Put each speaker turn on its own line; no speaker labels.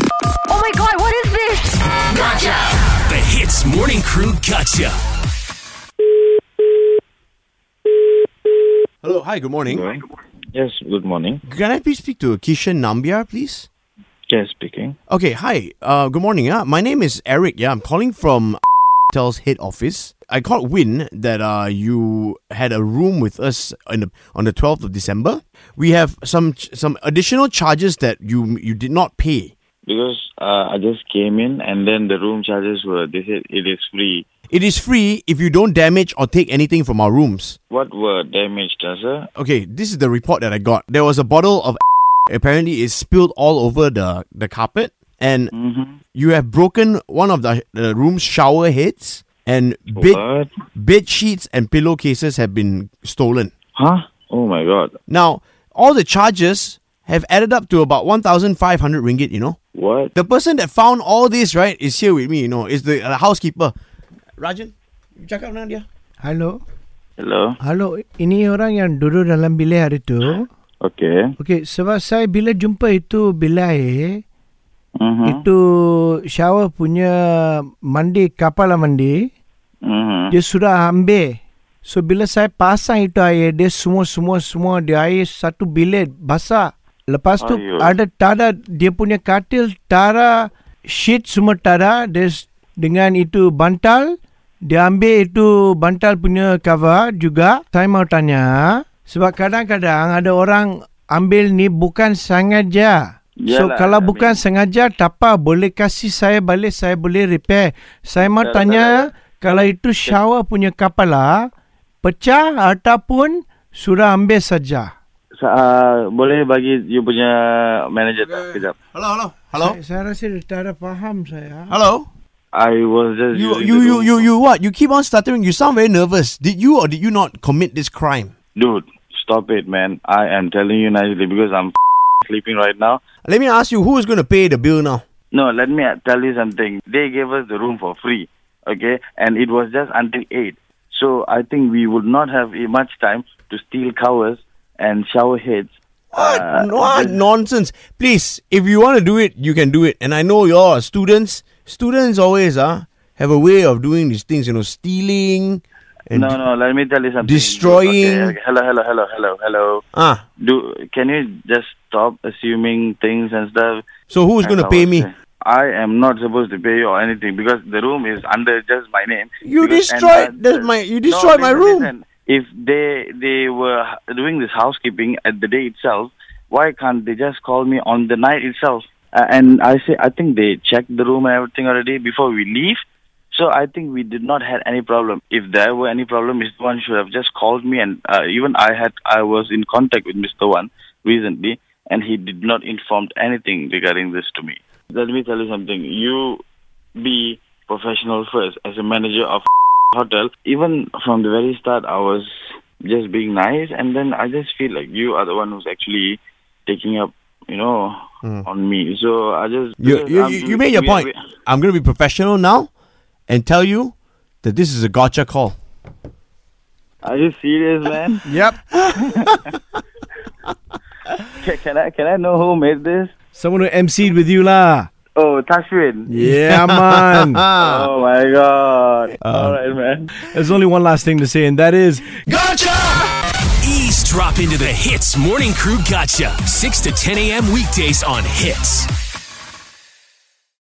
Oh my god, what is this?
The Hits Morning Crew Gotcha.
Hello, hi, good morning.
Yes, good morning.
Can I please speak to Kishan Nambiar, please?
Yes, speaking.
Okay, hi. Uh, good morning. Yeah, my name is Eric. Yeah, I'm calling from Tel's head office. I called Win that uh you had a room with us on the on the 12th of December. We have some ch- some additional charges that you you did not pay.
Because uh, I just came in and then the room charges were, they said it is free.
It is free if you don't damage or take anything from our rooms.
What were damaged, uh, sir?
Okay, this is the report that I got. There was a bottle of apparently is spilled all over the the carpet and you have broken one of the, the room's shower heads and bed
What?
bed sheets and pillowcases have been stolen.
Huh? Oh my god.
Now, all the charges have added up to about 1500 ringgit, you know.
What?
The person that found all this, right, is here with me, you know, is the uh, housekeeper. Rajan, you check out dia.
Hello.
Hello?
Hello. Ini orang yang duduk dalam bilik hari tu.
Okay.
Okey, sebab saya bila jumpa itu bilai,
Mm-hmm.
itu shower punya mandi kapal lah mandi,
Mm-hmm.
dia sudah ambil. So bila saya pasang itu air, dia semua semua semua dia air satu bilik basah. Lepas tu
Ayuh.
ada tara dia punya katil, tara sheet semua tara dia s- dengan itu bantal dia ambil itu bantal punya cover juga. Saya mau tanya sebab kadang-kadang ada orang ambil ni bukan sengaja. so
Yalah,
kalau
I
bukan sengaja tak apa boleh kasih saya balik saya boleh repair. Saya mau
Yalah,
tanya
yalah.
kalau itu shower punya kepala pecah ataupun sudah ambil saja.
Sa- uh, boleh bagi you punya manager tak? Kejap.
Hello, hello. Hello.
Saya, Eh, saya rasa dia tak ada faham saya.
Hello.
I was just
You you
using the
you
room.
you you what? You keep on stuttering. You sound very nervous. Did you or did you not commit this crime?
Dude, stop it, man. I am telling you nicely because I'm f- sleeping right now.
Let me ask you, who is going to pay the bill now?
No, let me tell you something. They gave us the room for free, okay? And it was just until 8. So I think we would not have eh, much time to steal covers and shower heads.
What,
Uh,
what nonsense? Please, if you want to do it, you can do it. And I know you're students. Students always uh, have a way of doing these things, you know, stealing and
No, no, let me tell you something.
Destroying-
Okay, okay. Hello, hello, hello, hello, hello.
ah.
Do, can you just stop assuming things and stuff?
So who's going to pay me?
I am not supposed to pay you or anything because the room is under just my name.
You
Because-
destroyed
and, uh,
this- my- you destroyed my
listen,
room.
listen. If they they were doing this housekeeping at the day itself, why can't they just call me on the night itself? Uh, and I say I think they checked the room and everything already before we leave. So I think we did not have any problem. If there were any problem, Mr. One should have just called me, and uh, even I had I was in contact with Mr. One recently, and he did not inform anything regarding this to me. Let me tell you something. You be professional first as a manager of hotel. Even from the very start, I was just being nice, and then I just feel like you are the one who's actually taking up, you know, on me. So I just
Hmm. You, you,
I'm-
you, you made your
um,
point.
we- we-
I'm going to be professional now and tell you that this is a gotcha call.
Are you serious, man?
Yep.
Ca- can I can I know who made this?
Someone who MC'd with you lah.
Oh, Tashwin.
Yeah, man.
Ah.
Oh my god.
Uh.
All right, man.
There's only one last thing to say, and that is
Ease drop into the Hits Morning Crew Gotcha. 6 to 10 a.m. weekdays on Hits.